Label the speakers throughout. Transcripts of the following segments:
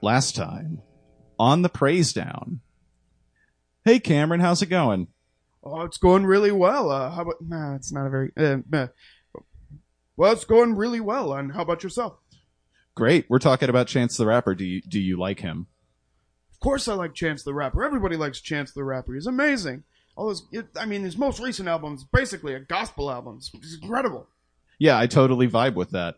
Speaker 1: last time on the praise down. Hey Cameron, how's it going?
Speaker 2: Oh, it's going really well. Uh, how about? Nah, it's not a very. Uh, meh. Well, it's going really well. And how about yourself?
Speaker 1: Great. We're talking about Chance the Rapper. Do you do you like him?
Speaker 2: Of course, I like Chance the Rapper. Everybody likes Chance the Rapper. He's amazing. All his, it, I mean, his most recent album is basically a gospel album. It's, it's incredible.
Speaker 1: Yeah, I totally vibe with that.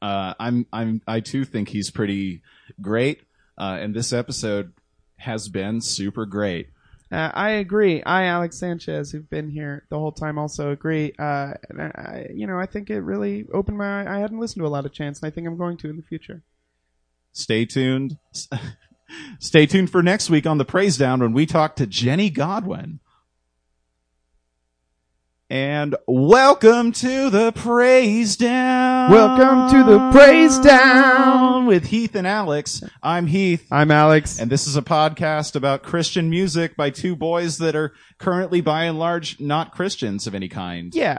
Speaker 1: Uh, I'm I'm I too think he's pretty great. Uh, and this episode has been super great.
Speaker 2: Uh, I agree. I, Alex Sanchez, who've been here the whole time, also agree. Uh, and I, I- you know, I think it really opened my. eye. I hadn't listened to a lot of Chance, and I think I'm going to in the future.
Speaker 1: Stay tuned. Stay tuned for next week on the Praise Down when we talk to Jenny Godwin. And welcome to the Praise Down.
Speaker 2: Welcome to the Praise Down.
Speaker 1: with Heath and Alex. I'm Heath.
Speaker 2: I'm Alex.
Speaker 1: And this is a podcast about Christian music by two boys that are currently, by and large, not Christians of any kind.
Speaker 2: yeah.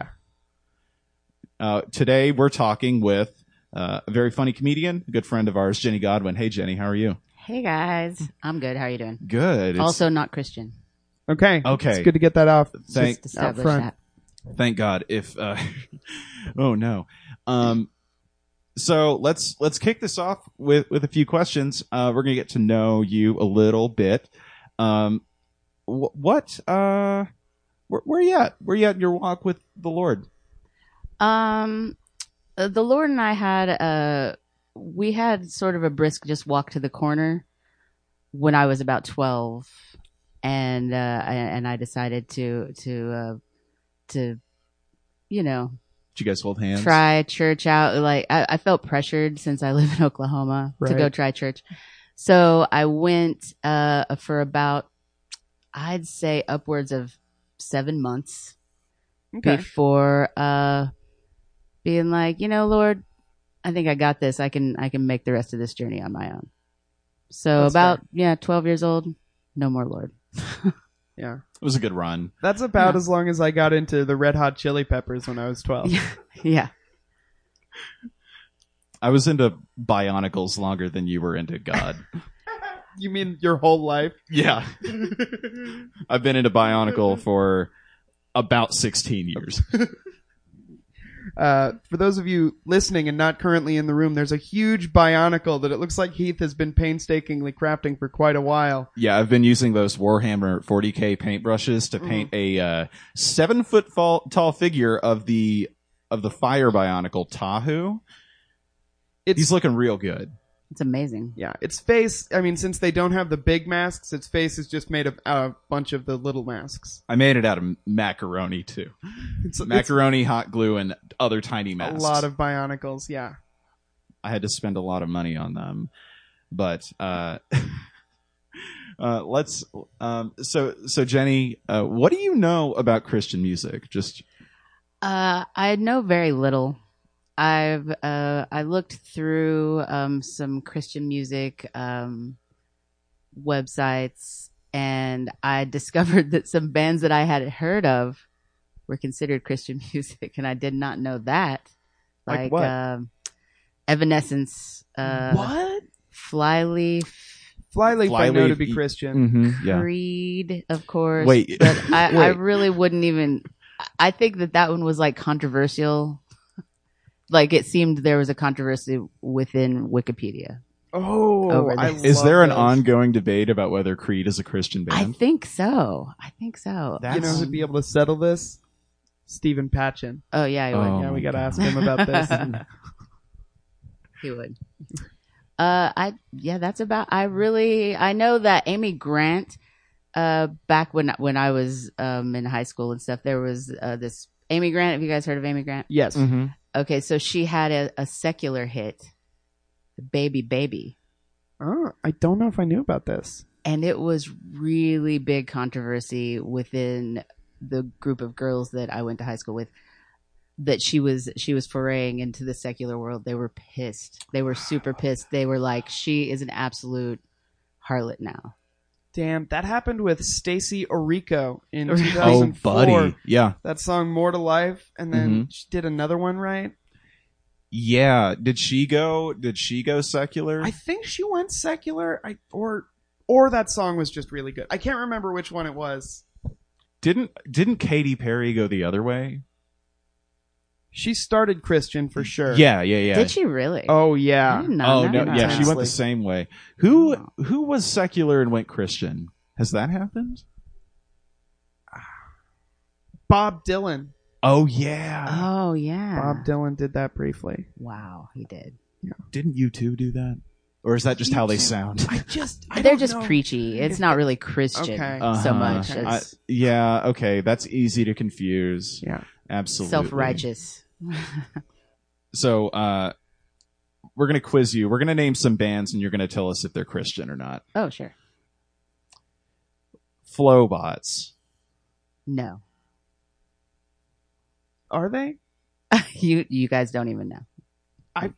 Speaker 1: Uh, today, we're talking with uh, a very funny comedian, a good friend of ours, Jenny Godwin. Hey, Jenny, how are you?
Speaker 3: Hey guys, I'm good. How are you doing?
Speaker 1: Good. It's-
Speaker 3: also, not Christian.
Speaker 2: Okay.
Speaker 1: Okay.
Speaker 2: It's good to get that off.
Speaker 1: Thank-
Speaker 3: Just establish
Speaker 2: front.
Speaker 3: that.
Speaker 1: thank God. If uh, oh no, um, so let's let's kick this off with with a few questions. Uh, we're gonna get to know you a little bit. Um, wh- what uh, where, where you at? Where you at in your walk with the Lord?
Speaker 3: Um, uh, the Lord and I had a we had sort of a brisk just walk to the corner when I was about twelve, and uh, I- and I decided to to uh, to you know
Speaker 1: Did you guys hold hands?
Speaker 3: try church out. Like I, I felt pressured since I live in Oklahoma to
Speaker 2: Right.
Speaker 3: go try church. So I went uh, for about, I'd say upwards of seven months
Speaker 2: Okay.
Speaker 3: before uh, being like, you know, Lord, I think I got this. I can I can make the rest of this journey on my own. So
Speaker 2: That's
Speaker 3: about yeah, twelve years old, no more Lord.
Speaker 2: Yeah.
Speaker 1: It was a good run.
Speaker 2: That's about
Speaker 3: Yeah.
Speaker 2: as long as I got into the Red Hot Chili Peppers when I was 12.
Speaker 3: yeah,
Speaker 1: I was into Bionicles longer than you were into God.
Speaker 2: you mean your whole life?
Speaker 1: yeah, I've been into Bionicle for about sixteen years.
Speaker 2: Uh, for those of you listening and not currently in the room, there's a huge bionicle that it looks like Heath has been painstakingly crafting for quite a while.
Speaker 1: Yeah, I've been using those Warhammer 40k paintbrushes to paint
Speaker 2: Mm.
Speaker 1: a uh, seven foot fall- tall figure of the of the fire bionicle Tahu.
Speaker 2: It's
Speaker 1: He's looking real good.
Speaker 3: it's amazing.
Speaker 2: yeah, its face. I mean, since they don't have the big masks, its face is just made of a bunch of the little masks.
Speaker 1: I made it out of macaroni too,
Speaker 2: It's, it's
Speaker 1: macaroni, hot glue, and other tiny masks.
Speaker 2: a lot of bionicles. Yeah,
Speaker 1: I had to spend a lot of money on them, but uh, uh, let's. Um, so so Jenny, uh, what do you know about Christian music? Just
Speaker 3: Uh, I know very little. I've uh, I looked through um, some Christian music um, websites, and I discovered that some bands that I hadn't heard of were considered Christian music, and I did not know that.
Speaker 2: Like what?
Speaker 3: Um, Evanescence, uh,
Speaker 2: What?
Speaker 3: Flyleaf,
Speaker 2: Flyleaf, I know
Speaker 1: Flyleaf,
Speaker 2: to be
Speaker 1: y-
Speaker 2: Christian.
Speaker 1: mm-hmm, yeah.
Speaker 3: Creed, of course.
Speaker 1: Wait,
Speaker 3: but I, I
Speaker 1: wait.
Speaker 3: really wouldn't even. I think that that one was like controversial. Like it seemed there was a controversy within Wikipedia.
Speaker 2: Oh,
Speaker 3: Over
Speaker 2: I
Speaker 3: this.
Speaker 1: Is
Speaker 2: love
Speaker 1: there an
Speaker 2: those.
Speaker 1: ongoing debate about whether Creed is a Christian
Speaker 3: I
Speaker 1: band?
Speaker 3: think so. I think so.
Speaker 1: That's-
Speaker 2: You know who'd be able to settle this? Stephen Patchin.
Speaker 3: Oh yeah, he would.
Speaker 1: Oh
Speaker 2: yeah,
Speaker 1: my
Speaker 2: we gotta
Speaker 1: God.
Speaker 2: ask him about this.
Speaker 3: He would. Uh, I yeah, that's about. I really I know that Amy Grant. Uh, back when when I was um in high school and stuff, there was uh, this Amy Grant. Have you guys heard of Amy Grant?
Speaker 2: yes.
Speaker 3: Okay, so she had a, a secular hit, "Baby Baby."
Speaker 2: Oh, I don't know if I knew about this.
Speaker 3: and it was really big controversy within the group of girls that I went to high school with that she was she was foraying into the secular world they were pissed they were super pissed they were like she is an absolute harlot now
Speaker 2: Damn, that happened with Stacy Orico in
Speaker 3: Oh,
Speaker 2: 2004.
Speaker 1: Yeah.
Speaker 2: That song "More to Life," and then she did another one, right?
Speaker 1: Yeah. Did she go? Did she go secular?
Speaker 2: I think she went secular. I or or that song was just really good. I can't remember which one it was.
Speaker 1: didn't Didn't Katy Perry go the other way?
Speaker 2: She started Christian for sure.
Speaker 1: Yeah, yeah, yeah.
Speaker 3: Did she really?
Speaker 2: Oh
Speaker 3: I
Speaker 2: yeah.
Speaker 3: didn't know
Speaker 1: oh
Speaker 3: that.
Speaker 1: no, yeah, she went
Speaker 2: Honestly.
Speaker 1: the same way. Who Who was secular and went Christian? Has that happened?
Speaker 2: Bob Dylan.
Speaker 1: Oh yeah.
Speaker 3: Oh yeah.
Speaker 2: Bob Dylan did that briefly.
Speaker 3: Wow, he did.
Speaker 1: Didn't you two do that? Or is that just how they sound?
Speaker 2: I just I
Speaker 3: They're
Speaker 2: don't
Speaker 3: just
Speaker 2: know.
Speaker 3: preachy. It's
Speaker 2: if-
Speaker 3: not really Christian
Speaker 2: Okay.
Speaker 1: Uh-huh.
Speaker 3: so much
Speaker 2: Okay.
Speaker 3: as
Speaker 1: yeah. Okay, that's easy to confuse.
Speaker 2: Yeah.
Speaker 1: Absolutely.
Speaker 3: self-righteous.
Speaker 1: So uh, we're gonna quiz you. We're gonna name some bands, and you're gonna tell us if they're Christian or not.
Speaker 3: oh sure.
Speaker 1: Flowbots.
Speaker 3: No,
Speaker 2: Are they?
Speaker 3: you you guys don't even know.
Speaker 2: I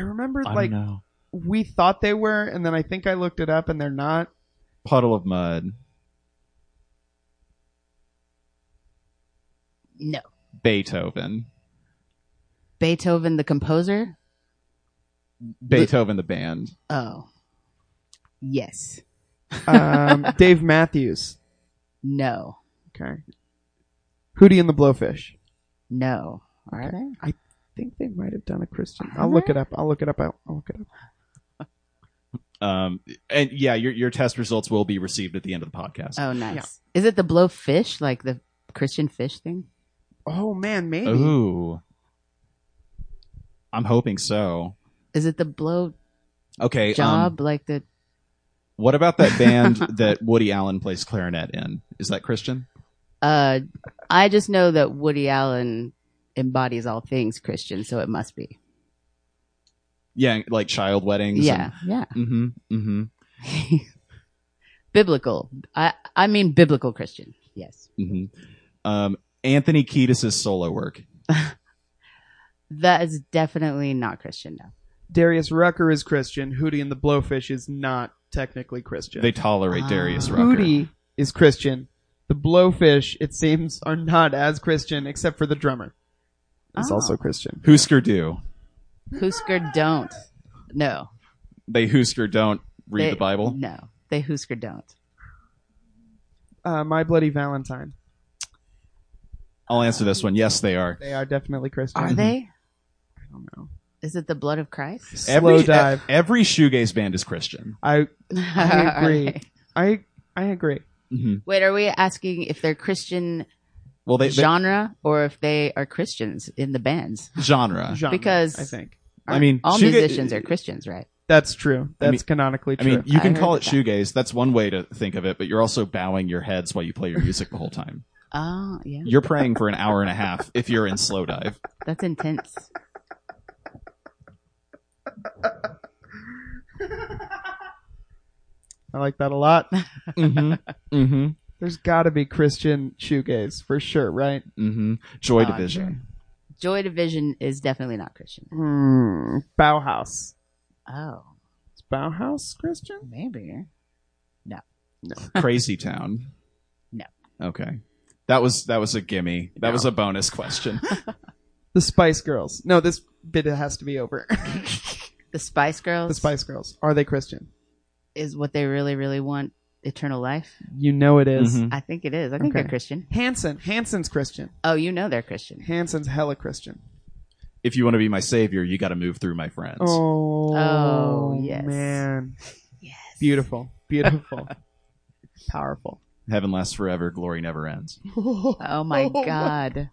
Speaker 2: remember
Speaker 1: I
Speaker 2: like
Speaker 1: don't know.
Speaker 2: we thought they were, and then I think I looked it up, and they're not.
Speaker 1: Puddle of mud.
Speaker 3: No,
Speaker 1: Beethoven.
Speaker 3: Beethoven the composer.
Speaker 1: Beethoven the band.
Speaker 3: Oh, yes.
Speaker 2: Um, Dave Matthews.
Speaker 3: No,
Speaker 2: Okay. Hootie and the Blowfish.
Speaker 3: no. Are
Speaker 2: Okay.
Speaker 3: they?
Speaker 2: I think they might have done a Christian.
Speaker 3: Are
Speaker 2: I'll look
Speaker 3: they?
Speaker 2: it up. I'll look it up. I'll, I'll look it up.
Speaker 1: Um, and yeah, your your test results will be received at the end of the podcast.
Speaker 3: Oh, nice. Is it the blowfish, like the Christian fish thing?
Speaker 2: Oh man, maybe.
Speaker 1: Ooh, I'm hoping so.
Speaker 3: Is it the blow
Speaker 1: Okay,
Speaker 3: job,
Speaker 1: Um,
Speaker 3: like the?
Speaker 1: what about that band that Woody Allen plays clarinet in? Is that Christian?
Speaker 3: Uh, I just know that Woody Allen embodies all things Christian, so it must be.
Speaker 1: Yeah, like child weddings.
Speaker 3: Yeah, yeah.
Speaker 1: Mm-hmm. Mm-hmm.
Speaker 3: biblical. I I mean biblical Christian. Yes.
Speaker 1: hmm Um, Anthony Kiedis' solo work.
Speaker 3: That is definitely not Christian no.
Speaker 2: Darius Rucker is Christian. Hootie and the Blowfish is not technically Christian.
Speaker 1: They tolerate Darius
Speaker 3: Ah.
Speaker 1: Rucker.
Speaker 2: Hootie is Christian. The Blowfish, it seems, are not as Christian except for the drummer. Is
Speaker 3: Oh.
Speaker 2: also Christian.
Speaker 1: Hoosker do.
Speaker 3: Husker don't. No.
Speaker 1: They Hoosker don't read
Speaker 3: They-
Speaker 1: the Bible.
Speaker 3: No. They Husker don't.
Speaker 2: Uh, My Bloody Valentine.
Speaker 1: I'll answer this one. Yes, they are.
Speaker 2: They are definitely Christian.
Speaker 3: Are they?
Speaker 2: I don't know.
Speaker 3: Is it the blood of Christ?
Speaker 2: Slow
Speaker 1: every,
Speaker 2: dive.
Speaker 1: e- Every shoegaze band is Christian.
Speaker 2: I I agree.
Speaker 3: All right.
Speaker 2: I I agree.
Speaker 1: Mm-hmm.
Speaker 3: Wait, are we asking if they're Christian
Speaker 1: Well, they, they
Speaker 3: genre or if they are Christians in the bands?
Speaker 1: genre.
Speaker 2: Genre,
Speaker 3: Because-
Speaker 2: I think
Speaker 1: I mean,
Speaker 3: all
Speaker 1: shoega-
Speaker 3: musicians are Christians, right?
Speaker 2: that's true. That's
Speaker 1: mean-
Speaker 2: canonically
Speaker 1: I
Speaker 2: true.
Speaker 1: mean, you
Speaker 3: I
Speaker 1: can
Speaker 3: heard
Speaker 1: call it
Speaker 3: that.
Speaker 1: shoegaze. That's one way to think of it, but you're also bowing your heads while you play your music the whole time.
Speaker 3: Oh, yeah.
Speaker 1: You're praying for an hour and a half if you're in slow dive.
Speaker 3: That's intense.
Speaker 2: I like that a lot.
Speaker 1: Mm-hmm. Mm-hmm.
Speaker 2: There's got to be Christian shoegaze for sure, right?
Speaker 1: Mm-hmm. Joy
Speaker 3: Oh,
Speaker 1: Division.
Speaker 3: Joy Division is definitely not Christian.
Speaker 2: Hmm. Bauhaus.
Speaker 3: Oh,
Speaker 2: Is Bauhaus Christian?
Speaker 3: maybe.
Speaker 1: Crazy Town.
Speaker 3: No.
Speaker 1: Okay. That was that was a gimme. That
Speaker 2: No.
Speaker 1: was a bonus question.
Speaker 2: The Spice Girls. No, this bit has to be over.
Speaker 3: The Spice Girls
Speaker 2: the Spice Girls. Are they Christian?
Speaker 3: is what they really, really want eternal life.
Speaker 2: You know it is.
Speaker 1: Mhm.
Speaker 3: I think it is. I think
Speaker 2: Mm-hmm. Okay.
Speaker 3: they're Christian.
Speaker 2: Hanson. Hanson's Christian.
Speaker 3: Oh, you know they're Christian.
Speaker 2: Hanson's hella Christian.
Speaker 1: If you want to be my savior, you got to move through my friends.
Speaker 2: Oh,
Speaker 3: Oh, yes.
Speaker 2: man.
Speaker 3: Yes.
Speaker 2: Beautiful. Beautiful. Powerful.
Speaker 1: Heaven lasts forever. Glory never ends.
Speaker 3: Oh my god.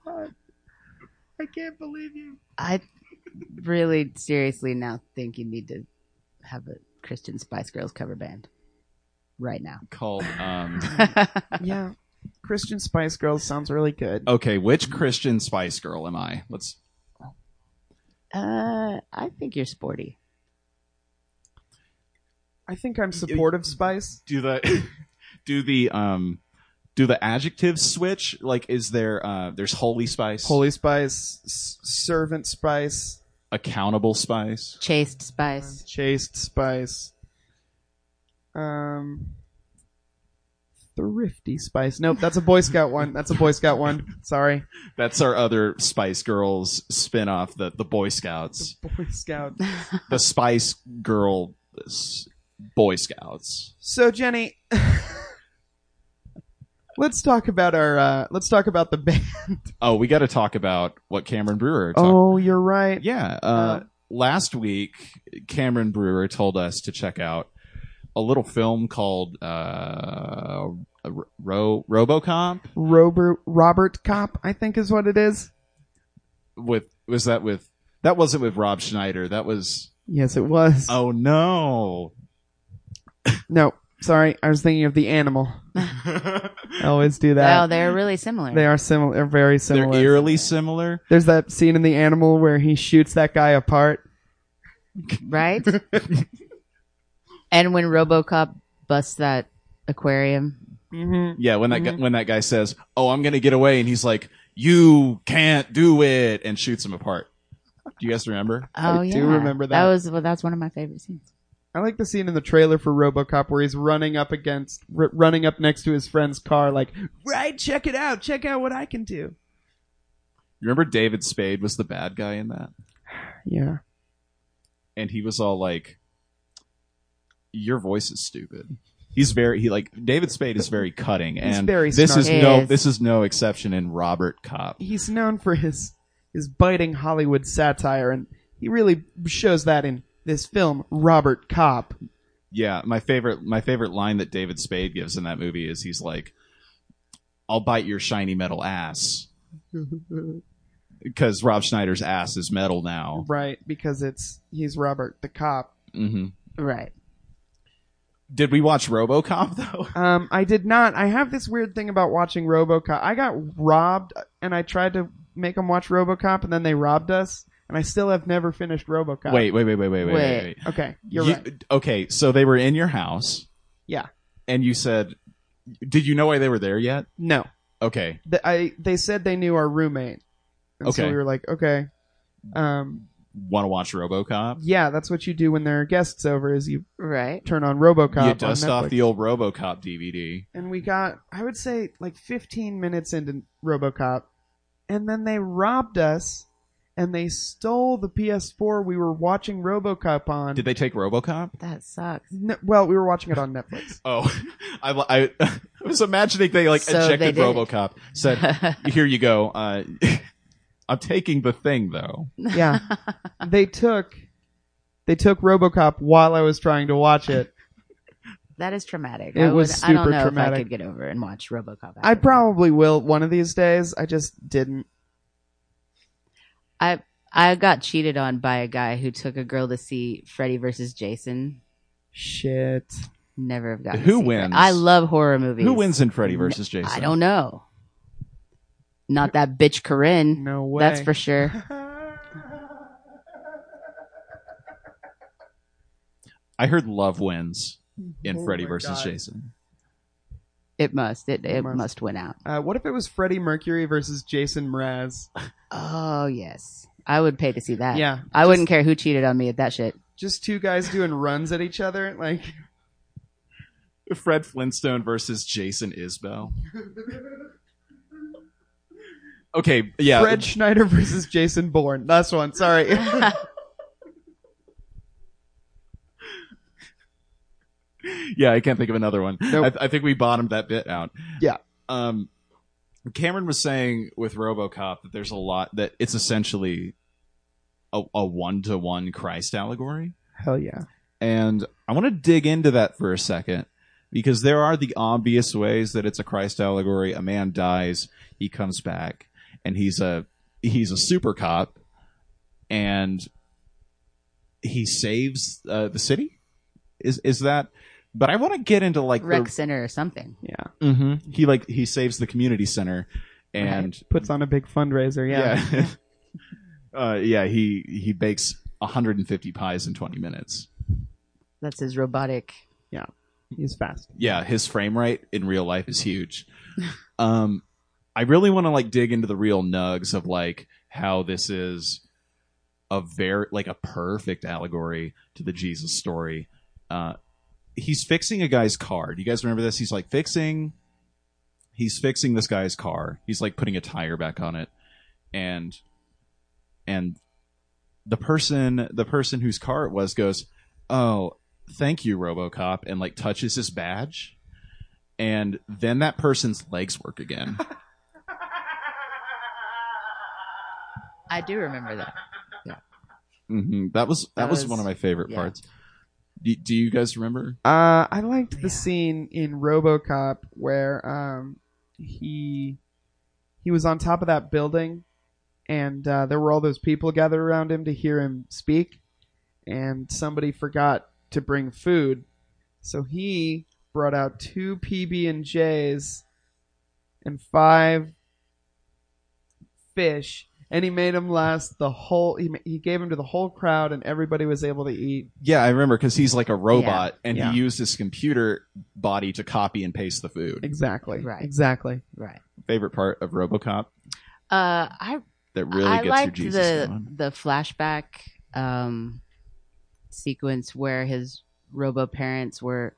Speaker 2: I can't believe you.
Speaker 3: I really seriously now think you need to have a Christian Spice Girls cover band right now.
Speaker 1: Called. Um,
Speaker 2: Yeah. Christian Spice Girls sounds really good.
Speaker 1: okay, which Christian Spice Girl am I? Let's.
Speaker 3: uh, I think you're sporty.
Speaker 2: I think I'm supportive Spice.
Speaker 1: do the do the um do the adjective switch like is there uh there's holy spice
Speaker 2: Holy Spice. S- servant Spice.
Speaker 1: accountable spice
Speaker 3: Chaste Spice.
Speaker 2: Chaste Spice. Um, Thrifty Spice. Nope, that's a Boy Scout one. That's a Boy Scout one. Sorry.
Speaker 1: That's our other Spice Girls spinoff, the the Boy Scouts,
Speaker 2: Boy Scout.
Speaker 1: the Spice Girl s- Boy Scouts.
Speaker 2: So Jenny, let's talk about our uh, let's talk about the band.
Speaker 1: Oh, we got to talk about what Cameron Brewer. Talked.
Speaker 2: Oh, you're right.
Speaker 1: yeah. Uh,
Speaker 2: Uh,
Speaker 1: last week, Cameron Brewer told us to check out a little film called uh, Ro- Ro- RoboComp.
Speaker 2: Robert Robert Cop, I think is what it is.
Speaker 1: With was that with that wasn't with Rob Schneider. That was
Speaker 2: Yes, it was.
Speaker 1: oh no.
Speaker 2: No, sorry, I was thinking of the animal. I always do
Speaker 3: Wow,
Speaker 2: that.
Speaker 3: Oh, they're really similar.
Speaker 2: they are similar. They're very
Speaker 1: They're
Speaker 2: similar.
Speaker 1: eerily similar.
Speaker 2: There's that scene in the animal where he shoots that guy apart.
Speaker 3: right? and when RoboCop busts that aquarium,
Speaker 2: Mm-hmm.
Speaker 1: Yeah, when that guy,
Speaker 2: Mhm.
Speaker 1: when that guy says, "Oh, I'm gonna get away," and he's like, "You can't do it," and shoots him apart. Do you guys remember?
Speaker 3: oh
Speaker 2: I
Speaker 3: yeah,
Speaker 2: do remember that.
Speaker 3: was well, that's one of my favorite scenes.
Speaker 2: I like the scene in the trailer for RoboCop where he's running up against, r- running up next to his friend's car, like, "Right, check it out, check out what I can do."
Speaker 1: You remember David Spade was the bad guy in that,
Speaker 2: Yeah.
Speaker 1: and he was all like, "Your voice is stupid." He's very he like David Spade is very cutting,
Speaker 2: He's
Speaker 1: and
Speaker 2: very
Speaker 1: this is
Speaker 3: snarky.
Speaker 1: no
Speaker 3: He is.
Speaker 1: this is no exception in Robert Cop.
Speaker 2: he's known for his his biting Hollywood satire, and he really shows that in this film, Robert Cop.
Speaker 1: Yeah, my favorite my favorite line that David Spade gives in that movie is he's like, "I'll bite your shiny metal ass." Because Rob Schneider's ass is metal now.
Speaker 2: right, because it's he's Robert the cop.
Speaker 1: hmm
Speaker 3: Right.
Speaker 1: Did we watch RoboCop though?
Speaker 2: Um, I did not. I have this weird thing about watching RoboCop. I got robbed, and I tried to make them watch RoboCop, and then they robbed us, and I still have never finished RoboCop.
Speaker 1: Wait, wait, wait, wait, wait, wait, wait.
Speaker 3: Wait.
Speaker 1: wait.
Speaker 2: Okay, you're
Speaker 1: You-
Speaker 2: right.
Speaker 1: Okay, so they were in your house.
Speaker 2: Yeah.
Speaker 1: And you said, "Did you know why they were there yet?"
Speaker 2: No,
Speaker 1: Okay.
Speaker 2: Th I they said they knew our roommate, and so
Speaker 1: Okay.
Speaker 2: we were like, okay. Um,
Speaker 1: Want to watch RoboCop?
Speaker 2: yeah, that's what you do when there are guests over. Is you
Speaker 3: Right.
Speaker 2: turn on RoboCop.
Speaker 1: you dust
Speaker 2: on
Speaker 1: off
Speaker 2: Netflix.
Speaker 1: the old RoboCop DVD.
Speaker 2: and we got I would say like 15 minutes into RoboCop, and then they robbed us, and they stole the PS4 we were watching RoboCop on.
Speaker 1: Did they take RoboCop?
Speaker 3: That sucks.
Speaker 2: No- well, we were watching it on Netflix.
Speaker 1: Oh, I, I, I was imagining they like
Speaker 3: So they
Speaker 1: ejected
Speaker 3: did.
Speaker 1: RoboCop. Said, "Here you go. Uh, I'm taking the thing though."
Speaker 2: Yeah, they took they took RoboCop while I was trying to watch it.
Speaker 3: that is traumatic.
Speaker 2: It
Speaker 3: I
Speaker 2: was
Speaker 3: would, I don't
Speaker 2: super
Speaker 3: know if
Speaker 2: traumatic.
Speaker 3: I could get over and watch RoboCop. after
Speaker 2: I
Speaker 3: that.
Speaker 2: probably will one of these days. I just didn't.
Speaker 3: I got cheated on by a guy who took a girl to see Freddy versus Jason.
Speaker 2: Shit.
Speaker 3: Never have gotten. to
Speaker 1: Who
Speaker 3: see Fre-
Speaker 1: wins?
Speaker 3: I love horror movies.
Speaker 1: Who wins in Freddy versus Jason?
Speaker 3: I don't know. Not that bitch Corinne.
Speaker 2: No way.
Speaker 3: That's for sure.
Speaker 1: I heard love wins in
Speaker 2: Oh
Speaker 1: Freddy
Speaker 2: my
Speaker 1: versus
Speaker 2: God.
Speaker 1: Jason.
Speaker 3: It must. It, it,
Speaker 2: must.
Speaker 3: must. win out.
Speaker 2: Uh, what if it was Freddie Mercury versus Jason Mraz?
Speaker 3: Oh yes, I would pay to see that.
Speaker 2: Yeah,
Speaker 3: I wouldn't care who cheated on me at that shit.
Speaker 2: just two guys doing runs at each other. Like,
Speaker 1: Fred Flintstone versus Jason Isbell. Okay, yeah.
Speaker 2: Fred Schneider versus Jason Bourne. Last one. Sorry.
Speaker 1: yeah, I can't think of another one.
Speaker 2: Nope.
Speaker 1: I, th- I think we bottomed that bit out.
Speaker 2: Yeah.
Speaker 1: Um, Cameron was saying with RoboCop that there's a lot that it's essentially a, a one-to-one Christ allegory,
Speaker 2: Hell yeah.
Speaker 1: and I want to dig into that for a second because there are the obvious ways that it's a Christ allegory. A man dies, he comes back, and he's a he's a super cop, and he saves uh, the city. Is is that? But I want to get into like the
Speaker 3: Rec center or something.
Speaker 2: Yeah.
Speaker 1: Mm-hmm. He like he saves the community center, and
Speaker 2: Puts on a big fundraiser. Yeah.
Speaker 1: yeah, yeah, uh, yeah he he bakes 150 pies in 20 minutes.
Speaker 3: That's his robotic.
Speaker 2: He's fast.
Speaker 1: Yeah, his frame rate in real life is huge. um, I really want to like dig into the real nugs of like how this is a very like a perfect allegory to the Jesus story. Uh, he's fixing a guy's car. Do you guys remember this? He's like fixing he's fixing this guy's car. He's like putting a tire back on it, and and the person the person whose car it was goes, "Oh, thank you, RoboCop," and like touches his badge, and then that person's legs work again.
Speaker 3: I do remember that.
Speaker 1: hmm That was that,
Speaker 3: That
Speaker 1: was,
Speaker 3: was-
Speaker 1: one of my favorite
Speaker 3: yeah.
Speaker 1: parts. Do, do you guys remember?
Speaker 2: Uh, I liked
Speaker 3: Yeah.
Speaker 2: the scene in RoboCop where um, he he was on top of that building, and uh, there were all those people gathered around him to hear him speak, and somebody forgot to bring food, so he brought out two PB and J's and five fish, and he made them last the whole. He, ma- he gave them to the whole crowd, and everybody was able to eat.
Speaker 1: Yeah, I remember because he's like a robot and
Speaker 2: yeah.
Speaker 1: he used his computer body to copy and paste the food.
Speaker 2: Exactly.
Speaker 3: Right.
Speaker 2: Exactly.
Speaker 3: Right.
Speaker 1: Favorite part of RoboCop
Speaker 3: Uh, I
Speaker 1: that really
Speaker 3: I
Speaker 1: gets
Speaker 3: liked
Speaker 1: your Jesus
Speaker 3: the
Speaker 1: going.
Speaker 3: the flashback um, sequence where his robo parents were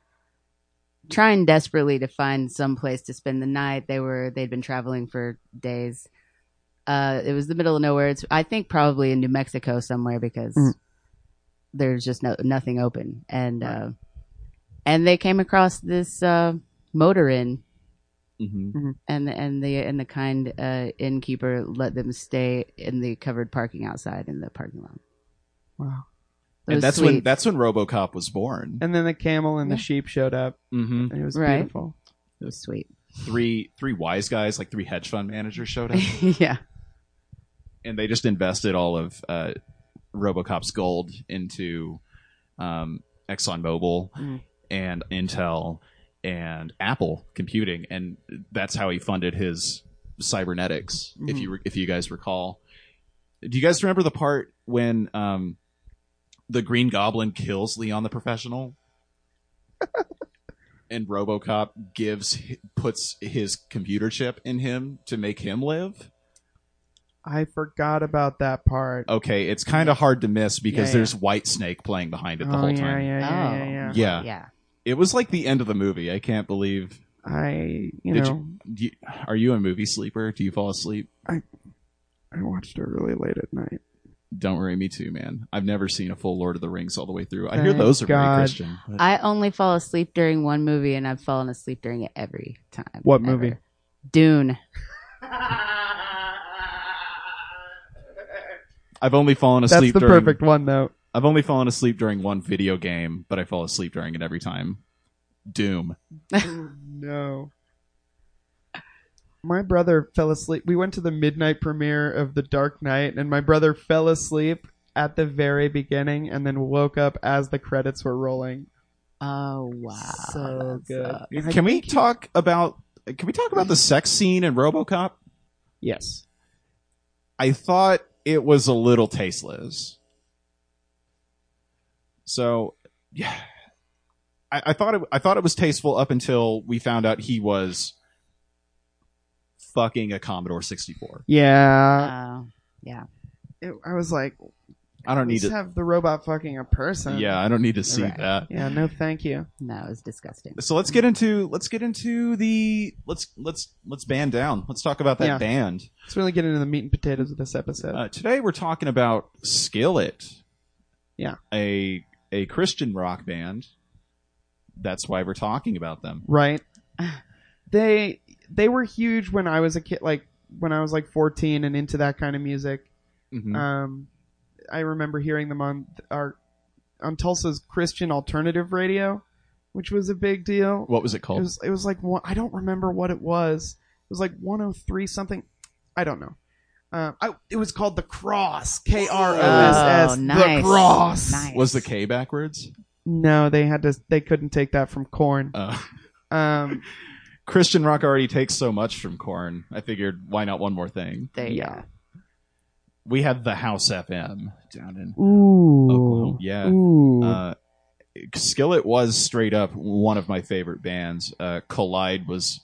Speaker 3: trying desperately to find some place to spend the night. They were they'd been traveling for days. Uh, it was the middle of nowhere. It's I think probably in New Mexico somewhere because
Speaker 2: Mm.
Speaker 3: there's just no nothing open and uh, and they came across this uh, motor inn
Speaker 1: Mhm.
Speaker 3: and the, and the and the kind uh, innkeeper let them stay in the covered parking outside in the parking lot.
Speaker 2: Wow.
Speaker 3: It was
Speaker 1: And that's when
Speaker 3: sweet.
Speaker 1: that's when RoboCop was born.
Speaker 2: And then the camel and the
Speaker 3: Yeah.
Speaker 2: sheep showed up,
Speaker 1: hmm
Speaker 2: and it was
Speaker 3: Right.
Speaker 2: beautiful.
Speaker 3: It was sweet.
Speaker 1: Three three wise guys, like three hedge fund managers, showed up
Speaker 3: yeah,
Speaker 1: and they just invested all of uh, RoboCop's gold into um, ExxonMobil
Speaker 3: Mm.
Speaker 1: and Intel and Apple computing, and that's how he funded his cybernetics. If
Speaker 2: Mhm.
Speaker 1: you re- if you guys recall, do you guys remember the part when um, the Green Goblin kills Leon the Professional? And RoboCop gives puts his computer chip in him to make him live
Speaker 2: I forgot about that part.
Speaker 1: okay, it's kind of hard to miss because
Speaker 2: Yeah, yeah.
Speaker 1: there's White Snake playing behind it the whole
Speaker 2: Oh, yeah,
Speaker 1: time. Oh.
Speaker 2: yeah, yeah, yeah, yeah.
Speaker 1: Yeah. It was like the end of the movie. I can't believe.
Speaker 2: I, you
Speaker 1: Did
Speaker 2: know,
Speaker 1: Do you, are you a movie sleeper? Do you fall asleep?
Speaker 2: I watched it really late at night.
Speaker 1: Don't worry, me too, man. I've never seen a full Lord of the Rings all the way through. I hear
Speaker 2: Thank
Speaker 1: those are very
Speaker 2: God.
Speaker 1: Christian. but-
Speaker 3: I only fall asleep during one movie, and I've fallen asleep during it every time.
Speaker 2: What movie?
Speaker 3: Dune.
Speaker 1: I've only fallen
Speaker 2: That's
Speaker 1: asleep.
Speaker 2: the
Speaker 1: during,
Speaker 2: perfect one, though.
Speaker 1: I've only fallen asleep during one video game, but I fall asleep during it every time. Doom.
Speaker 2: Oh, no. My brother fell asleep. We went to the midnight premiere of The Dark Knight, and my brother fell asleep at the very beginning and then woke up as the credits were rolling.
Speaker 3: Oh wow,
Speaker 2: So
Speaker 3: that uh,
Speaker 2: good.
Speaker 3: sucks.
Speaker 2: And I
Speaker 1: Can we
Speaker 2: think he-
Speaker 1: talk about? Can we talk about the sex scene in RoboCop?
Speaker 2: Yes.
Speaker 1: I thought it was a little tasteless. So, yeah, I, I thought it, I thought it was tasteful up until we found out he was fucking a Commodore 64.
Speaker 2: Yeah.
Speaker 3: Oh.
Speaker 2: It- I was like,
Speaker 1: I don't need
Speaker 2: Let's
Speaker 1: to.
Speaker 2: have the robot fucking a person.
Speaker 1: Yeah, I don't need to see
Speaker 3: Right.
Speaker 1: that.
Speaker 2: Yeah, no thank you.
Speaker 3: no, it was disgusting.
Speaker 1: So let's get into let's get into the let's let's let's band down. Let's talk about that
Speaker 2: Yeah.
Speaker 1: band.
Speaker 2: Let's really get into the meat and potatoes of this episode.
Speaker 1: Uh, today we're talking about Skillet.
Speaker 2: Yeah.
Speaker 1: A a Christian rock band. That's why we're talking about them.
Speaker 2: right? They they were huge when I was a kid like when I was like 14 and into that kind of music.
Speaker 1: Mhm.
Speaker 2: Um I remember hearing them on th- our on Tulsa's Christian alternative radio, which was a big deal.
Speaker 1: what was it
Speaker 2: It
Speaker 1: called?
Speaker 2: was it was like one, I don't remember what it was. It was like 103 something. I don't know. Uh, I, it was called the Cross. K R O S
Speaker 3: Oh,
Speaker 2: S.
Speaker 3: nice.
Speaker 2: The Cross.
Speaker 3: Nice.
Speaker 1: Was the K backwards?
Speaker 2: No, they had to. They couldn't take that from Corn.
Speaker 1: Uh,
Speaker 2: Um,
Speaker 1: Christian rock already takes so much from Korn. I figured, why not one more thing?
Speaker 3: There you
Speaker 2: Yeah.
Speaker 3: go.
Speaker 1: We had the House FM down in Oklahoma.
Speaker 2: ooh.
Speaker 1: Oh, Yeah.
Speaker 2: Ooh.
Speaker 1: Uh, Skillet was straight up one of my favorite bands. Uh, Collide was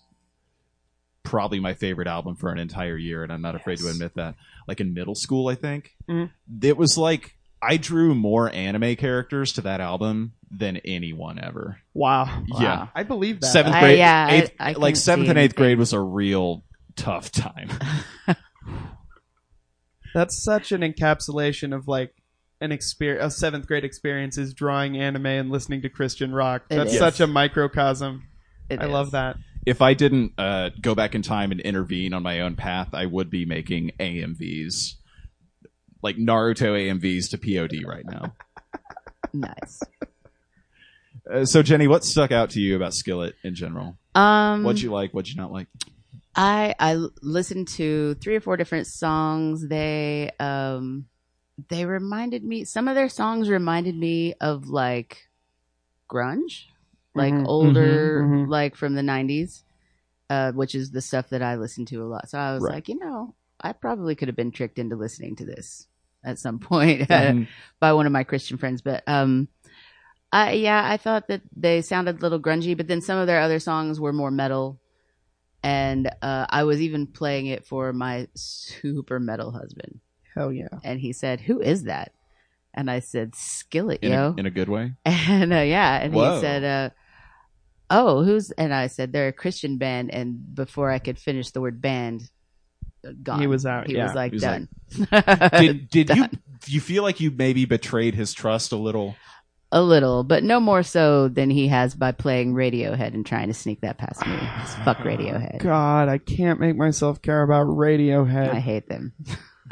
Speaker 1: probably my favorite album for an entire year, and I'm not afraid to
Speaker 2: Yes.
Speaker 1: admit that. Like in middle
Speaker 3: Mm-hmm.
Speaker 1: school, I think
Speaker 2: Mhm.
Speaker 1: it was like I drew more anime characters to that album than anyone ever.
Speaker 2: Wow.
Speaker 1: Yeah.
Speaker 2: I believe that.
Speaker 1: Seventh
Speaker 3: I-
Speaker 1: grade,
Speaker 3: yeah, I-
Speaker 1: eighth,
Speaker 3: I
Speaker 1: like
Speaker 3: couldn't
Speaker 1: seventh
Speaker 3: see
Speaker 1: and eighth
Speaker 3: anything.
Speaker 1: grade was a real tough time.
Speaker 2: That's such an encapsulation of like an experience. A seventh grade experience is drawing anime and listening to Christian rock.
Speaker 3: It
Speaker 2: That's
Speaker 3: is.
Speaker 2: such a microcosm.
Speaker 3: It
Speaker 2: I
Speaker 3: is.
Speaker 2: love that.
Speaker 1: if I didn't uh, go back in time and intervene on my own path, I would be making AMVs, like Naruto AMVs to POD right now.
Speaker 3: Nice.
Speaker 1: uh, so, Jenny, what stuck out to you about Skillet in general?
Speaker 3: Um,
Speaker 1: What'd you like? What'd you not like?
Speaker 3: I I l- listened to three or four different songs. They um they reminded me some of their songs reminded me of like grunge, like
Speaker 2: Mhm,
Speaker 3: older
Speaker 2: mhm, mhm.
Speaker 3: like from the 90s, uh which is the stuff that I listened to a lot. So I was
Speaker 1: Right.
Speaker 3: like, you know, I probably could have been tricked into listening to this at some point
Speaker 1: Mhm.
Speaker 3: by one of my Christian friends, but um I yeah, I thought that they sounded a little grungy, but then some of their other songs were more metal. And uh, I was even playing it for my super metal husband,
Speaker 2: Hell yeah.
Speaker 3: and he said, "Who is that?" And I said, "Skillet,
Speaker 1: in,
Speaker 3: yo."
Speaker 1: a, in a good way.
Speaker 3: and uh, yeah, and
Speaker 1: Whoa.
Speaker 3: he said, uh, "Oh, who's?" And I said, "They're a Christian band." And before I could finish the word "band," uh, gone.
Speaker 2: He was out,
Speaker 3: He
Speaker 2: yeah.
Speaker 3: was like
Speaker 1: He was
Speaker 3: done.
Speaker 1: Did did you you feel like you maybe betrayed his trust a little?
Speaker 3: A little, but no more so than he has by playing Radiohead and trying to sneak that past me. Just fuck Radiohead.
Speaker 2: God, I can't make myself care about Radiohead.
Speaker 3: I hate them.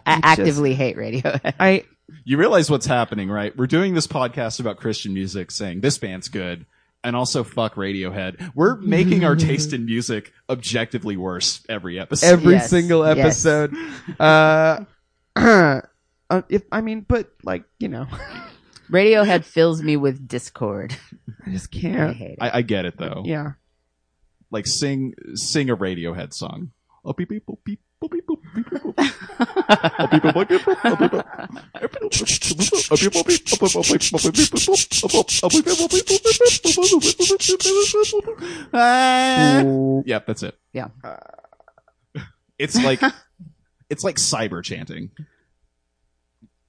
Speaker 3: I
Speaker 2: just-
Speaker 3: actively hate Radiohead.
Speaker 2: I
Speaker 1: You realize what's happening, right? We're doing this podcast about Christian music, saying this band's good, and also fuck Radiohead. We're making our taste in music objectively worse every episode.
Speaker 2: every
Speaker 3: Yes,
Speaker 2: single
Speaker 3: yes.
Speaker 2: episode. Uh, uh, if I mean, but like you know,
Speaker 3: Radiohead fills me with discord.
Speaker 2: I just
Speaker 3: I
Speaker 2: can't.
Speaker 3: hate it.
Speaker 1: I, I get it though.
Speaker 2: Yeah,
Speaker 1: Like sing sing a Radiohead song. Oh, beep, beep, boop, beep, boop, beep, boop, beep, boop, boop. Oh, beep, boop, boop, beep, boop, oh, beep, boop. Oh, beep, boop, beep, boop, boop, boop, boop, boop, beep, boop, boop, boop, oh, beep, boop, beep, boop, beep, boop, boop, boop, boop, boop, boop, boop, boop. Ah.
Speaker 3: Eh.
Speaker 2: Ooh.
Speaker 1: Yep, that's it.
Speaker 3: Yeah.
Speaker 2: Uh,
Speaker 1: It's like it's like cyber chanting.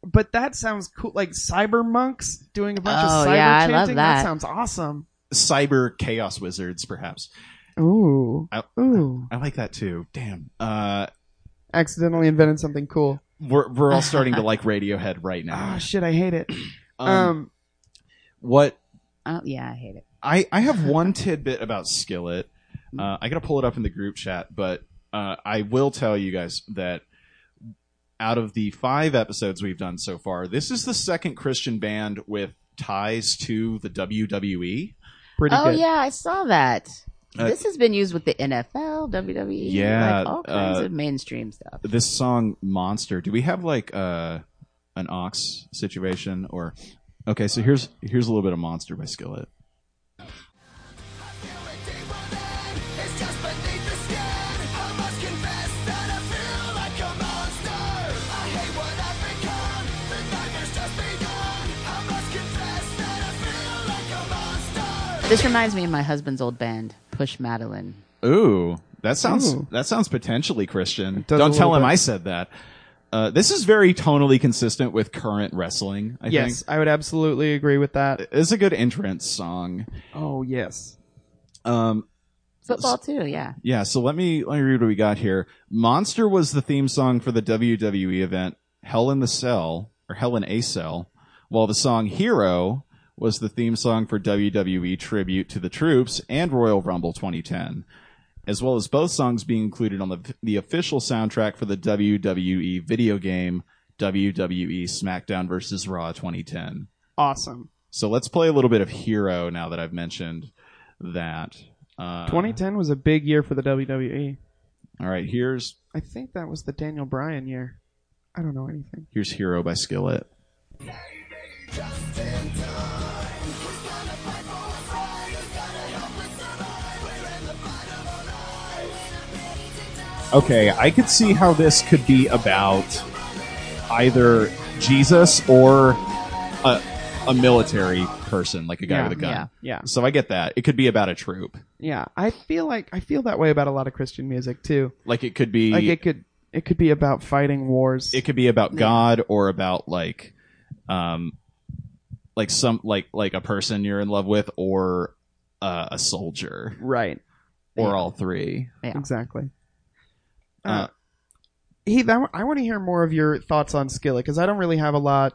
Speaker 2: but that sounds cool. Like cyber monks doing a bunch
Speaker 3: Oh,
Speaker 2: of cyber
Speaker 3: yeah, I
Speaker 2: chanting.
Speaker 3: love that.
Speaker 2: sounds awesome.
Speaker 1: Cyber chaos wizards, perhaps.
Speaker 2: Ooh,
Speaker 1: I-
Speaker 2: ooh!
Speaker 1: I like that too. Damn. Uh
Speaker 2: Accidentally invented something cool.
Speaker 1: we're we're all starting to like Radiohead right now.
Speaker 2: Oh shit, I hate it. Um,
Speaker 1: Um, what
Speaker 3: Oh yeah, I hate it.
Speaker 1: I, I have one tidbit about Skillet. Uh, I got to pull it up in the group chat, but uh, I will tell you guys that out of the five episodes we've done so far, this is the second Christian band with ties to the E. WWE.
Speaker 2: pretty
Speaker 3: Oh
Speaker 2: good.
Speaker 3: yeah, I saw that.
Speaker 1: Uh,
Speaker 3: this has been used with the NFL, WWE,
Speaker 1: Yeah,
Speaker 3: E, like all kinds
Speaker 1: uh,
Speaker 3: of mainstream stuff.
Speaker 1: This song, Monster, do we have like uh, an ox situation? Or okay, so here's here's a little bit of Monster by Skillet.
Speaker 3: This reminds me of my husband's old band, Push Madeline.
Speaker 1: Ooh, that sounds
Speaker 2: Ooh.
Speaker 1: that sounds potentially Christian.
Speaker 2: It does
Speaker 1: Don't
Speaker 2: a
Speaker 1: tell
Speaker 2: little
Speaker 1: him
Speaker 2: bit.
Speaker 1: I said that. Uh, this is very tonally consistent with current wrestling. I
Speaker 2: yes, I would absolutely agree with that.
Speaker 3: Eh.
Speaker 1: think it's a good entrance song.
Speaker 2: Oh yes.
Speaker 1: Um,
Speaker 3: Football too, yeah.
Speaker 1: yeah, so let me let me read what we got here. Monster was the theme song for the WWE event Hell in the Cell or Hell in a Cell, while the song Hero was the theme song for WWE Tribute to the Troops and Royal Rumble 2010, as well as both songs being included on the the official soundtrack for the WWE video game WWE SmackDown vs. Raw 2010.
Speaker 2: Awesome.
Speaker 1: So let's play a little bit of Hero now that I've mentioned that. Uh,
Speaker 3: Uh-huh.
Speaker 2: 2010 was a big year for the E. WWE.
Speaker 1: All right, here's
Speaker 2: I think that was the Daniel Bryan year. I don't know anything.
Speaker 1: Here's Hero by Skillet. Okay, I could see how this could be about either Jesus or a, a military person, like a guy
Speaker 2: Yeah.
Speaker 1: with a gun.
Speaker 3: Yeah.
Speaker 2: Yeah.
Speaker 1: So I get that. It could be about a troop.
Speaker 2: Yeah. I feel like I feel that way about a lot of Christian music too.
Speaker 1: Like it could be
Speaker 2: Like it could it could be about fighting wars.
Speaker 1: it could be about
Speaker 3: Yeah.
Speaker 1: God or about like um like some like like a person you're in love with or uh, a soldier
Speaker 2: Right.
Speaker 1: or all three.
Speaker 3: Yeah.
Speaker 2: Exactly. Uh,
Speaker 1: Uh,
Speaker 2: Heath, I want to hear more of your thoughts on Skillet because I don't really have a lot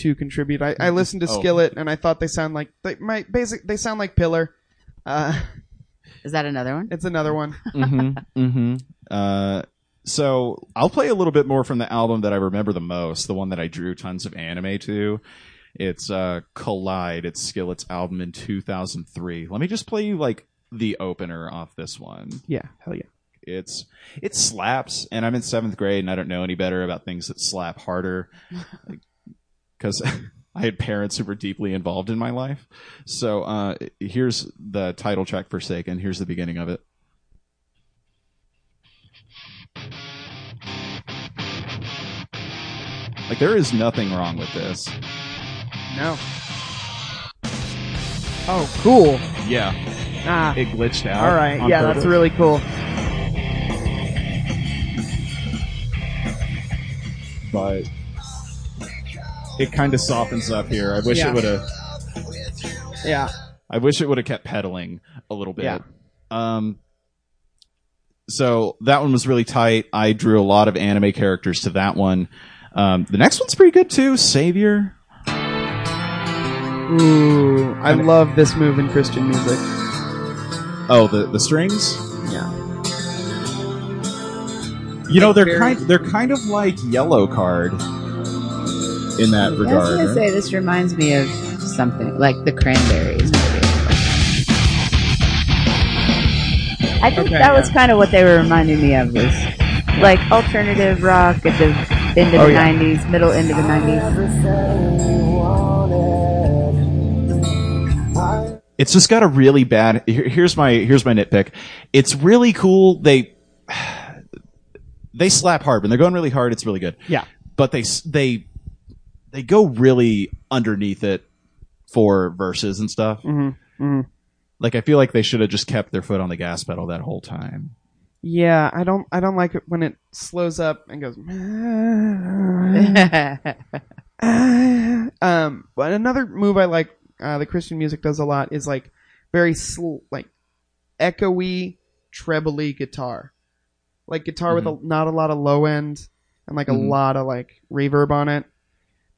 Speaker 2: to contribute. I, I listened to
Speaker 1: Oh.
Speaker 2: Skillet and I thought they sound like they my basic they sound like Pillar. Uh,
Speaker 3: Is that another one?
Speaker 2: it's another one.
Speaker 1: mm-hmm. Mm-hmm. Uh, so I'll play a little bit more from the album that I remember the most, the one that I drew tons of anime to. It's uh, Collide. It's Skillet's album in 2003. Let me just play you like the opener off this one.
Speaker 2: Yeah, hell yeah.
Speaker 1: It's it slaps, and I'm in seventh grade, and I don't know any better about things that slap harder, because I had parents who were deeply involved in my life. So uh, here's the title track, Forsaken. Here's the beginning of it. Like there is nothing wrong with this.
Speaker 2: No. Oh, cool.
Speaker 1: Yeah,
Speaker 2: Ah,
Speaker 1: it glitched out.
Speaker 2: all right.
Speaker 1: on
Speaker 2: Yeah,
Speaker 1: purpose.
Speaker 2: that's really cool.
Speaker 1: but it kind of softens up here. I wish
Speaker 2: Yeah.
Speaker 1: it would have.
Speaker 2: Yeah.
Speaker 1: I wish it would have kept pedaling a little bit.
Speaker 2: Yeah.
Speaker 1: Um. So that one was really tight. I drew a lot of anime characters to that one. Um, the next one's pretty good too. Savior.
Speaker 2: Ooh, I
Speaker 1: And-
Speaker 2: love this move in Christian music.
Speaker 1: Oh, the the strings.
Speaker 2: Yeah.
Speaker 1: You know they're
Speaker 2: Very-
Speaker 1: kind they're kind of like yellow card in that
Speaker 3: I was
Speaker 1: regard.
Speaker 3: gonna say this reminds me of something like the Cranberries. Maybe. I think
Speaker 2: Okay, yeah.
Speaker 3: that was kind of what they were reminding me of was like alternative rock at the end of
Speaker 2: Oh,
Speaker 3: the
Speaker 2: yeah.
Speaker 3: '90s, middle end of the '90s.
Speaker 1: It's just got a really bad. here- Here's my here's my nitpick. It's really cool. They they slap hard when they're going really hard. It's really good.
Speaker 2: Yeah.
Speaker 1: but they s- they they go really underneath it for verses and stuff.
Speaker 2: hmm hmm
Speaker 1: Like I feel like they should have just kept their foot on the gas pedal that whole time.
Speaker 2: Yeah, I don't I don't like it when it slows up and goes um but another move I like uh, the Christian music does a lot is like very sl- like echoey trebly guitar. Like guitar with a, not a lot of low end and like
Speaker 1: Mhm.
Speaker 2: a lot of like reverb on it.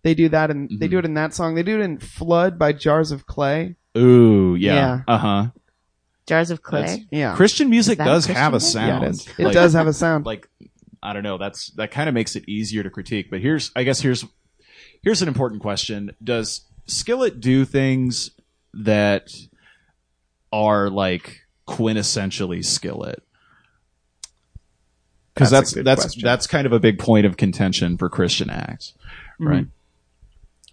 Speaker 2: They do that and they
Speaker 1: Mhm.
Speaker 2: do it in that song. They do it in Flood by Jars of Clay.
Speaker 1: Ooh, yeah,
Speaker 2: Yeah.
Speaker 1: uh huh.
Speaker 3: Jars of
Speaker 1: That's-
Speaker 3: clay.
Speaker 2: Yeah.
Speaker 1: Christian music
Speaker 3: that
Speaker 1: does
Speaker 3: Christian
Speaker 1: have a
Speaker 3: music?
Speaker 1: sound.
Speaker 2: Yeah, it is. It
Speaker 1: Like-
Speaker 2: does have a sound.
Speaker 1: like I don't know. That's that kind of makes it easier to critique. But here's I guess here's here's an important question: Does Skillet do things that are like quintessentially Skillet? Because
Speaker 2: That's
Speaker 1: that's
Speaker 2: a good
Speaker 1: that's
Speaker 2: question.
Speaker 1: that's kind of a big point of contention for Christian acts, right? Mm-hmm.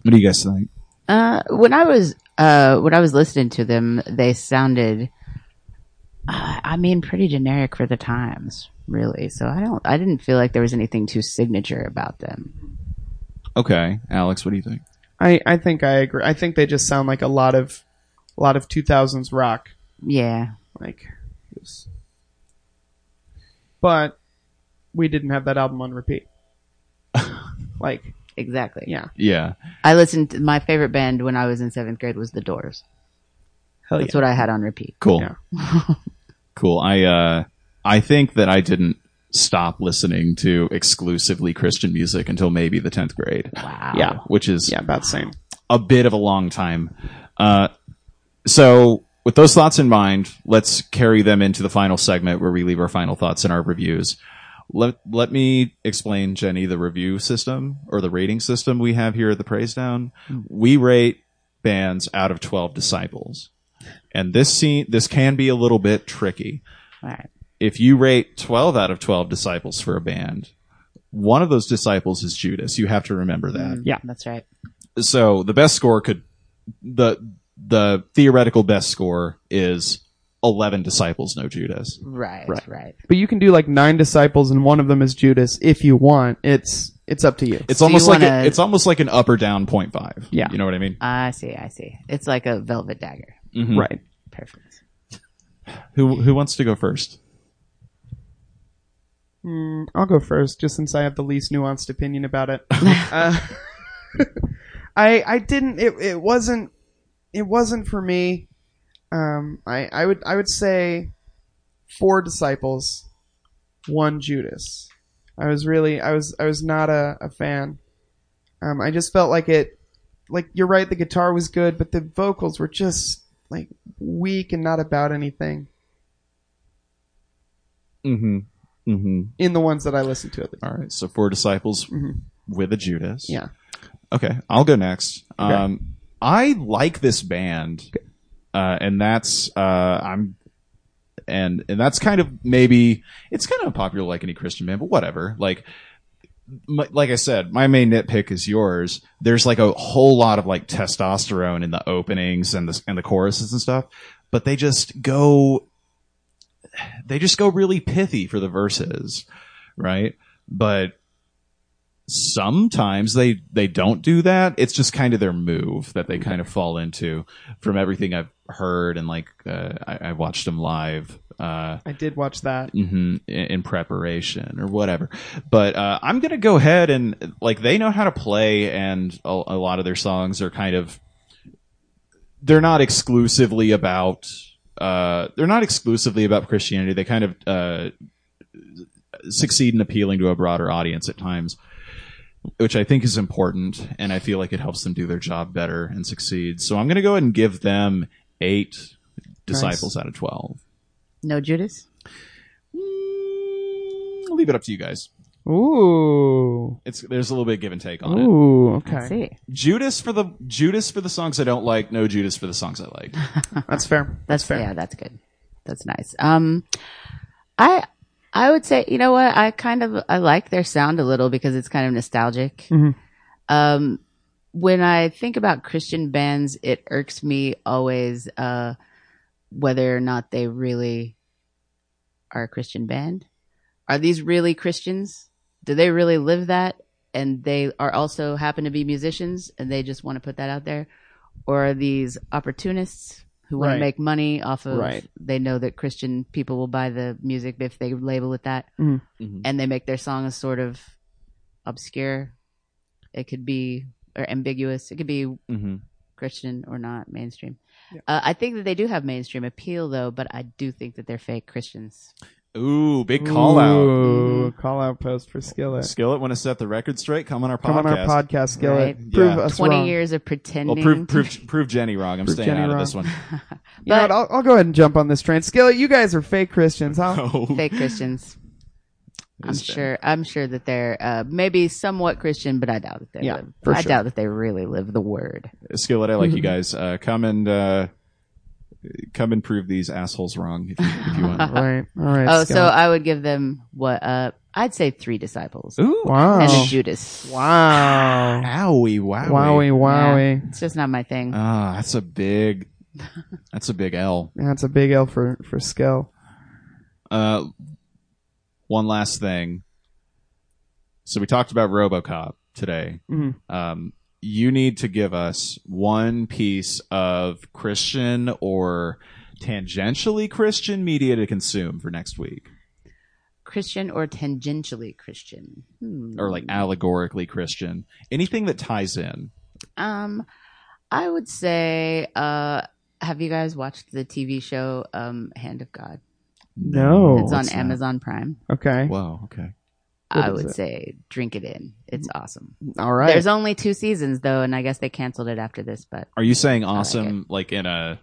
Speaker 1: What do you guys think?
Speaker 3: Uh, when I was uh, when I was listening to them, they sounded, uh, I mean, pretty generic for the times, really. So I don't, I didn't feel like there was anything too signature about them.
Speaker 1: Okay, Alex, what do you think?
Speaker 2: I, I think I agree. I think they just sound like a lot of a lot of 2000s rock
Speaker 3: Yeah,
Speaker 2: like just- But we didn't have that album on repeat. like
Speaker 3: exactly.
Speaker 2: yeah.
Speaker 1: Yeah,
Speaker 3: I listened. To, my favorite band when I was in seventh grade was The Doors.
Speaker 2: Hell
Speaker 3: That's what I had on repeat.
Speaker 1: cool.
Speaker 2: Yeah.
Speaker 1: Cool. I uh I think that I didn't stop listening to exclusively Christian music until maybe the 10th grade,
Speaker 3: Wow.
Speaker 2: Yeah.
Speaker 1: which is
Speaker 2: Yeah, about the same.
Speaker 1: a bit of a long time. Uh so with those thoughts in mind, let's carry them into the final segment where we leave our final thoughts and our reviews. Let let me explain, Jenny, the review system or the rating system we have here at the Praise Down. We rate bands out of 12 disciples. And this scene this can be a little bit tricky
Speaker 2: Uh,
Speaker 3: All right.
Speaker 1: if you rate 12 out of 12 disciples for a band, one of those disciples is Judas. You have to remember that.
Speaker 2: Yeah.
Speaker 3: Mm, That's right.
Speaker 1: So the best score could the the theoretical best score is 11 disciples no Judas.
Speaker 3: Right.
Speaker 2: Right.
Speaker 3: Right.
Speaker 2: But you can do like nine disciples and one of them is Judas if you want. It's it's up to you.
Speaker 1: It's
Speaker 3: So you
Speaker 1: almost like
Speaker 3: wanna-
Speaker 1: a, it's almost like an up or down 0.5.
Speaker 2: Yeah.
Speaker 1: You know what I mean?
Speaker 3: I see. I see. It's like a velvet dagger.
Speaker 1: Mhm.
Speaker 2: right.
Speaker 3: Perfect.
Speaker 1: Who who wants to go first?
Speaker 2: Mm, I'll go first, just since I have the least nuanced opinion about it. uh, I I didn't it it wasn't it wasn't for me. Um I I would I would say four disciples, one Judas. I was really I was I was not a, a fan. Um I just felt like it like you're right the guitar was good but the vocals were just like weak and not about anything
Speaker 1: Mm-hmm. Mm-hmm.
Speaker 2: in the ones that I listened to at the time.
Speaker 1: All right. So four disciples
Speaker 2: Mhm.
Speaker 1: with a Judas.
Speaker 2: Yeah.
Speaker 1: Okay. I'll go next.
Speaker 2: Okay.
Speaker 1: Um, I like this band, uh, and that's uh, I'm, and and that's kind of maybe it's kind of popular like any Christian band, but whatever. Like. my- Like I said, my main nitpick is yours. There's like a whole lot of like testosterone in the openings and the and the choruses and stuff, but they just go, they just go really pithy for the verses, right? But sometimes they they don't do that it's just kind of their move that they kind of fall into from everything i've heard and like uh, I, I watched them live uh
Speaker 2: I did watch that.
Speaker 1: mhm, in, in preparation or whatever but uh i'm gonna go ahead and like they know how to play and a, a lot of their songs are kind of they're not exclusively about uh they're not exclusively about christianity they kind of uh succeed in appealing to a broader audience at times which I think is important, and I feel like it helps them do their job better and succeed. So I'm going to go ahead and give them eight disciples out of twelve.
Speaker 3: No Judas.
Speaker 1: Mm, I'll leave it up to you guys.
Speaker 2: Ooh.
Speaker 1: It's there's a little bit of give and take on it.
Speaker 2: Ooh,
Speaker 3: I
Speaker 2: okay.
Speaker 3: see.
Speaker 1: Judas for the Judas for the songs I don't like. No Judas for the songs I like.
Speaker 2: That's fair.
Speaker 3: That's
Speaker 2: fair.
Speaker 3: Yeah, that's good. That's nice. Um, I I would say you know what I kind of I like their sound a little because it's kind of nostalgic.
Speaker 2: Mhm.
Speaker 3: Um, when I think about Christian bands, it irks me always uh, whether or not they really are a Christian band. Are these really Christians? Do they really live that? And they are also happen to be musicians, and they just want to put that out there. Or are these opportunists who want
Speaker 2: Right.
Speaker 3: to make money off of?
Speaker 2: Right.
Speaker 3: They know that Christian people will buy the music if they label it that
Speaker 2: Mm-hmm.
Speaker 1: Mhm.
Speaker 3: and they make their song is sort of obscure. It could be or ambiguous. It could be
Speaker 1: Mhm.
Speaker 2: Mm-hmm.
Speaker 3: Christian or not mainstream.
Speaker 2: Yeah.
Speaker 3: Uh, I think that they do have mainstream appeal though, but I do think that they're fake Christians.
Speaker 1: Ooh, big call out. Mm-hmm.
Speaker 2: Ooh, Call out post for Skillet.
Speaker 1: Skillet, want to set the record straight? Come on our podcast.
Speaker 2: Come on our podcast, Skillet.
Speaker 3: Right.
Speaker 2: Prove
Speaker 1: Yeah.
Speaker 2: us
Speaker 3: Twenty
Speaker 2: wrong.
Speaker 3: years of pretending.
Speaker 1: Well, prove prove prove Jenny wrong. I'm
Speaker 2: Prove
Speaker 1: staying
Speaker 2: Jenny
Speaker 1: out of
Speaker 2: wrong.
Speaker 1: this one.
Speaker 2: You know
Speaker 3: But-
Speaker 2: what, I'll, I'll go ahead and jump on this train. Skillet, you guys are fake Christians, huh?
Speaker 1: No.
Speaker 3: fake Christians. I'm
Speaker 1: It's-
Speaker 3: sure. I'm sure that they're uh, maybe somewhat Christian, but I doubt that they
Speaker 2: Yeah,
Speaker 3: live.
Speaker 2: for
Speaker 3: I
Speaker 2: sure.
Speaker 3: doubt that they really live the word.
Speaker 1: Skillet, I like
Speaker 2: Mm-hmm.
Speaker 1: you guys. Uh, come and uh, come and prove these assholes wrong if you, if you want.
Speaker 2: right. All right.
Speaker 3: oh, so
Speaker 2: Skillet.
Speaker 3: I would give them what? Uh, I'd say three disciples
Speaker 1: Ooh,
Speaker 3: and a
Speaker 2: Oh. Wow.
Speaker 3: Judas.
Speaker 2: Wow.
Speaker 1: owie, wowie.
Speaker 2: Wowie, wowie.
Speaker 3: It's just not my thing.
Speaker 1: Ah, that's a big, that's a big L.
Speaker 2: That's a big L for, for Skill.
Speaker 1: Uh, one last thing. So we talked about RoboCop today.
Speaker 2: Mhm.
Speaker 3: Mm-hmm.
Speaker 1: Um, you need to give us one piece of Christian or tangentially Christian media to consume for next week,
Speaker 3: Christian or tangentially Christian, hmm.
Speaker 1: or like allegorically Christian, anything that ties in.
Speaker 3: um, I would say, uh, have you guys watched the TV show um, Hand of God?
Speaker 2: No. Oh,
Speaker 3: it's on
Speaker 1: not.
Speaker 3: Amazon Prime.
Speaker 2: Okay.
Speaker 1: Whoa. Okay.
Speaker 2: What
Speaker 3: I
Speaker 2: is
Speaker 3: would
Speaker 2: it? Mm-hmm.
Speaker 3: say drink it in. It's awesome.
Speaker 2: All right.
Speaker 3: There's only two seasons though, and I guess they canceled it after this. But
Speaker 1: Are you saying awesome like, in a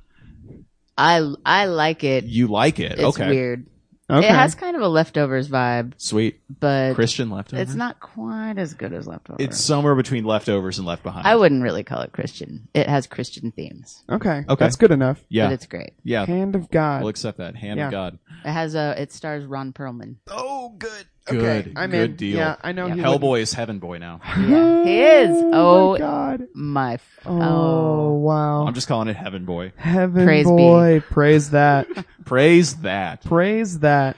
Speaker 3: I I like it.
Speaker 1: you like it?
Speaker 3: It's
Speaker 1: okay.
Speaker 3: weird.
Speaker 2: okay.
Speaker 3: It has kind of a leftovers vibe,
Speaker 1: Sweet
Speaker 3: but
Speaker 1: Christian leftovers.
Speaker 3: it's not quite as good as leftovers.
Speaker 1: It's somewhere between leftovers and left behind.
Speaker 3: I wouldn't really call it Christian. It has Christian themes,
Speaker 2: okay.
Speaker 1: Okay.
Speaker 2: That's good enough.
Speaker 3: but
Speaker 1: Yeah.
Speaker 3: it's great.
Speaker 1: Yeah.
Speaker 2: Hand of God.
Speaker 1: We'll accept that. Hand
Speaker 2: Yeah.
Speaker 1: of God.
Speaker 3: It has a. It stars Ron Perlman.
Speaker 1: Oh, good.
Speaker 2: Okay,
Speaker 1: Good.
Speaker 2: I'm
Speaker 1: good
Speaker 2: in.
Speaker 1: deal.
Speaker 2: Yeah, I know.
Speaker 3: Yeah.
Speaker 2: he
Speaker 1: Hellboy is heaven boy now.
Speaker 2: wouldn't-
Speaker 3: Yeah, he is.
Speaker 2: my
Speaker 3: Oh.
Speaker 2: God.
Speaker 3: My f-
Speaker 2: Oh,
Speaker 3: oh,
Speaker 2: wow.
Speaker 1: I'm just calling it heaven boy.
Speaker 2: Heaven
Speaker 3: Praise be.
Speaker 2: boy, praise that,
Speaker 1: Praise that.
Speaker 2: praise that.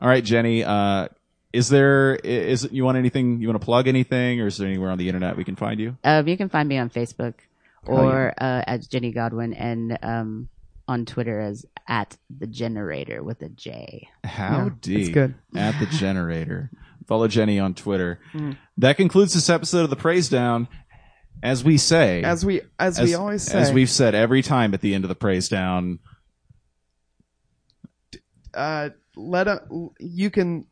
Speaker 1: All right, Jenny. Uh, is there i- is you want anything you want to plug anything or is there anywhere on the internet we can find you?
Speaker 3: Um, you can find me on Facebook
Speaker 1: Oh, yeah.
Speaker 3: or uh, as Jenny Godwin and um, on Twitter as at the generator with a J.
Speaker 1: How
Speaker 2: Yeah,
Speaker 1: D
Speaker 2: It's good.
Speaker 1: at the generator. Follow Jenny on Twitter.
Speaker 2: Mm.
Speaker 1: That concludes this episode of the Praise Down. As we say,
Speaker 2: As we as, we
Speaker 1: As-
Speaker 2: always say,
Speaker 1: as we've said every time at the end of the praise down,
Speaker 2: uh, let 'em- you can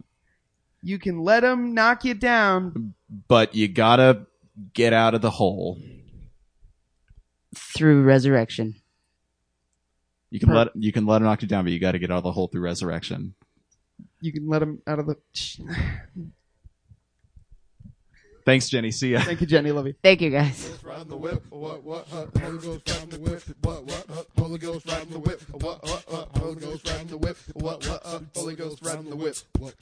Speaker 2: you can let them knock you down.
Speaker 1: but you gotta get out of the hole.
Speaker 3: through resurrection.
Speaker 1: You can
Speaker 2: Per-
Speaker 1: let you can let him knock you down, but you got to get out of the hole through resurrection.
Speaker 2: You can let them out of the.
Speaker 1: Thanks, Jenny. See ya.
Speaker 2: Thank you, Jenny. Love you.
Speaker 3: Thank you guys.
Speaker 4: riding the whip, what what uh, Holy Ghost riding the whip, what what uh, Holy Ghost riding the whip, what what uh, Holy Ghost riding the whip, what what uh, Holy Ghost riding the whip, what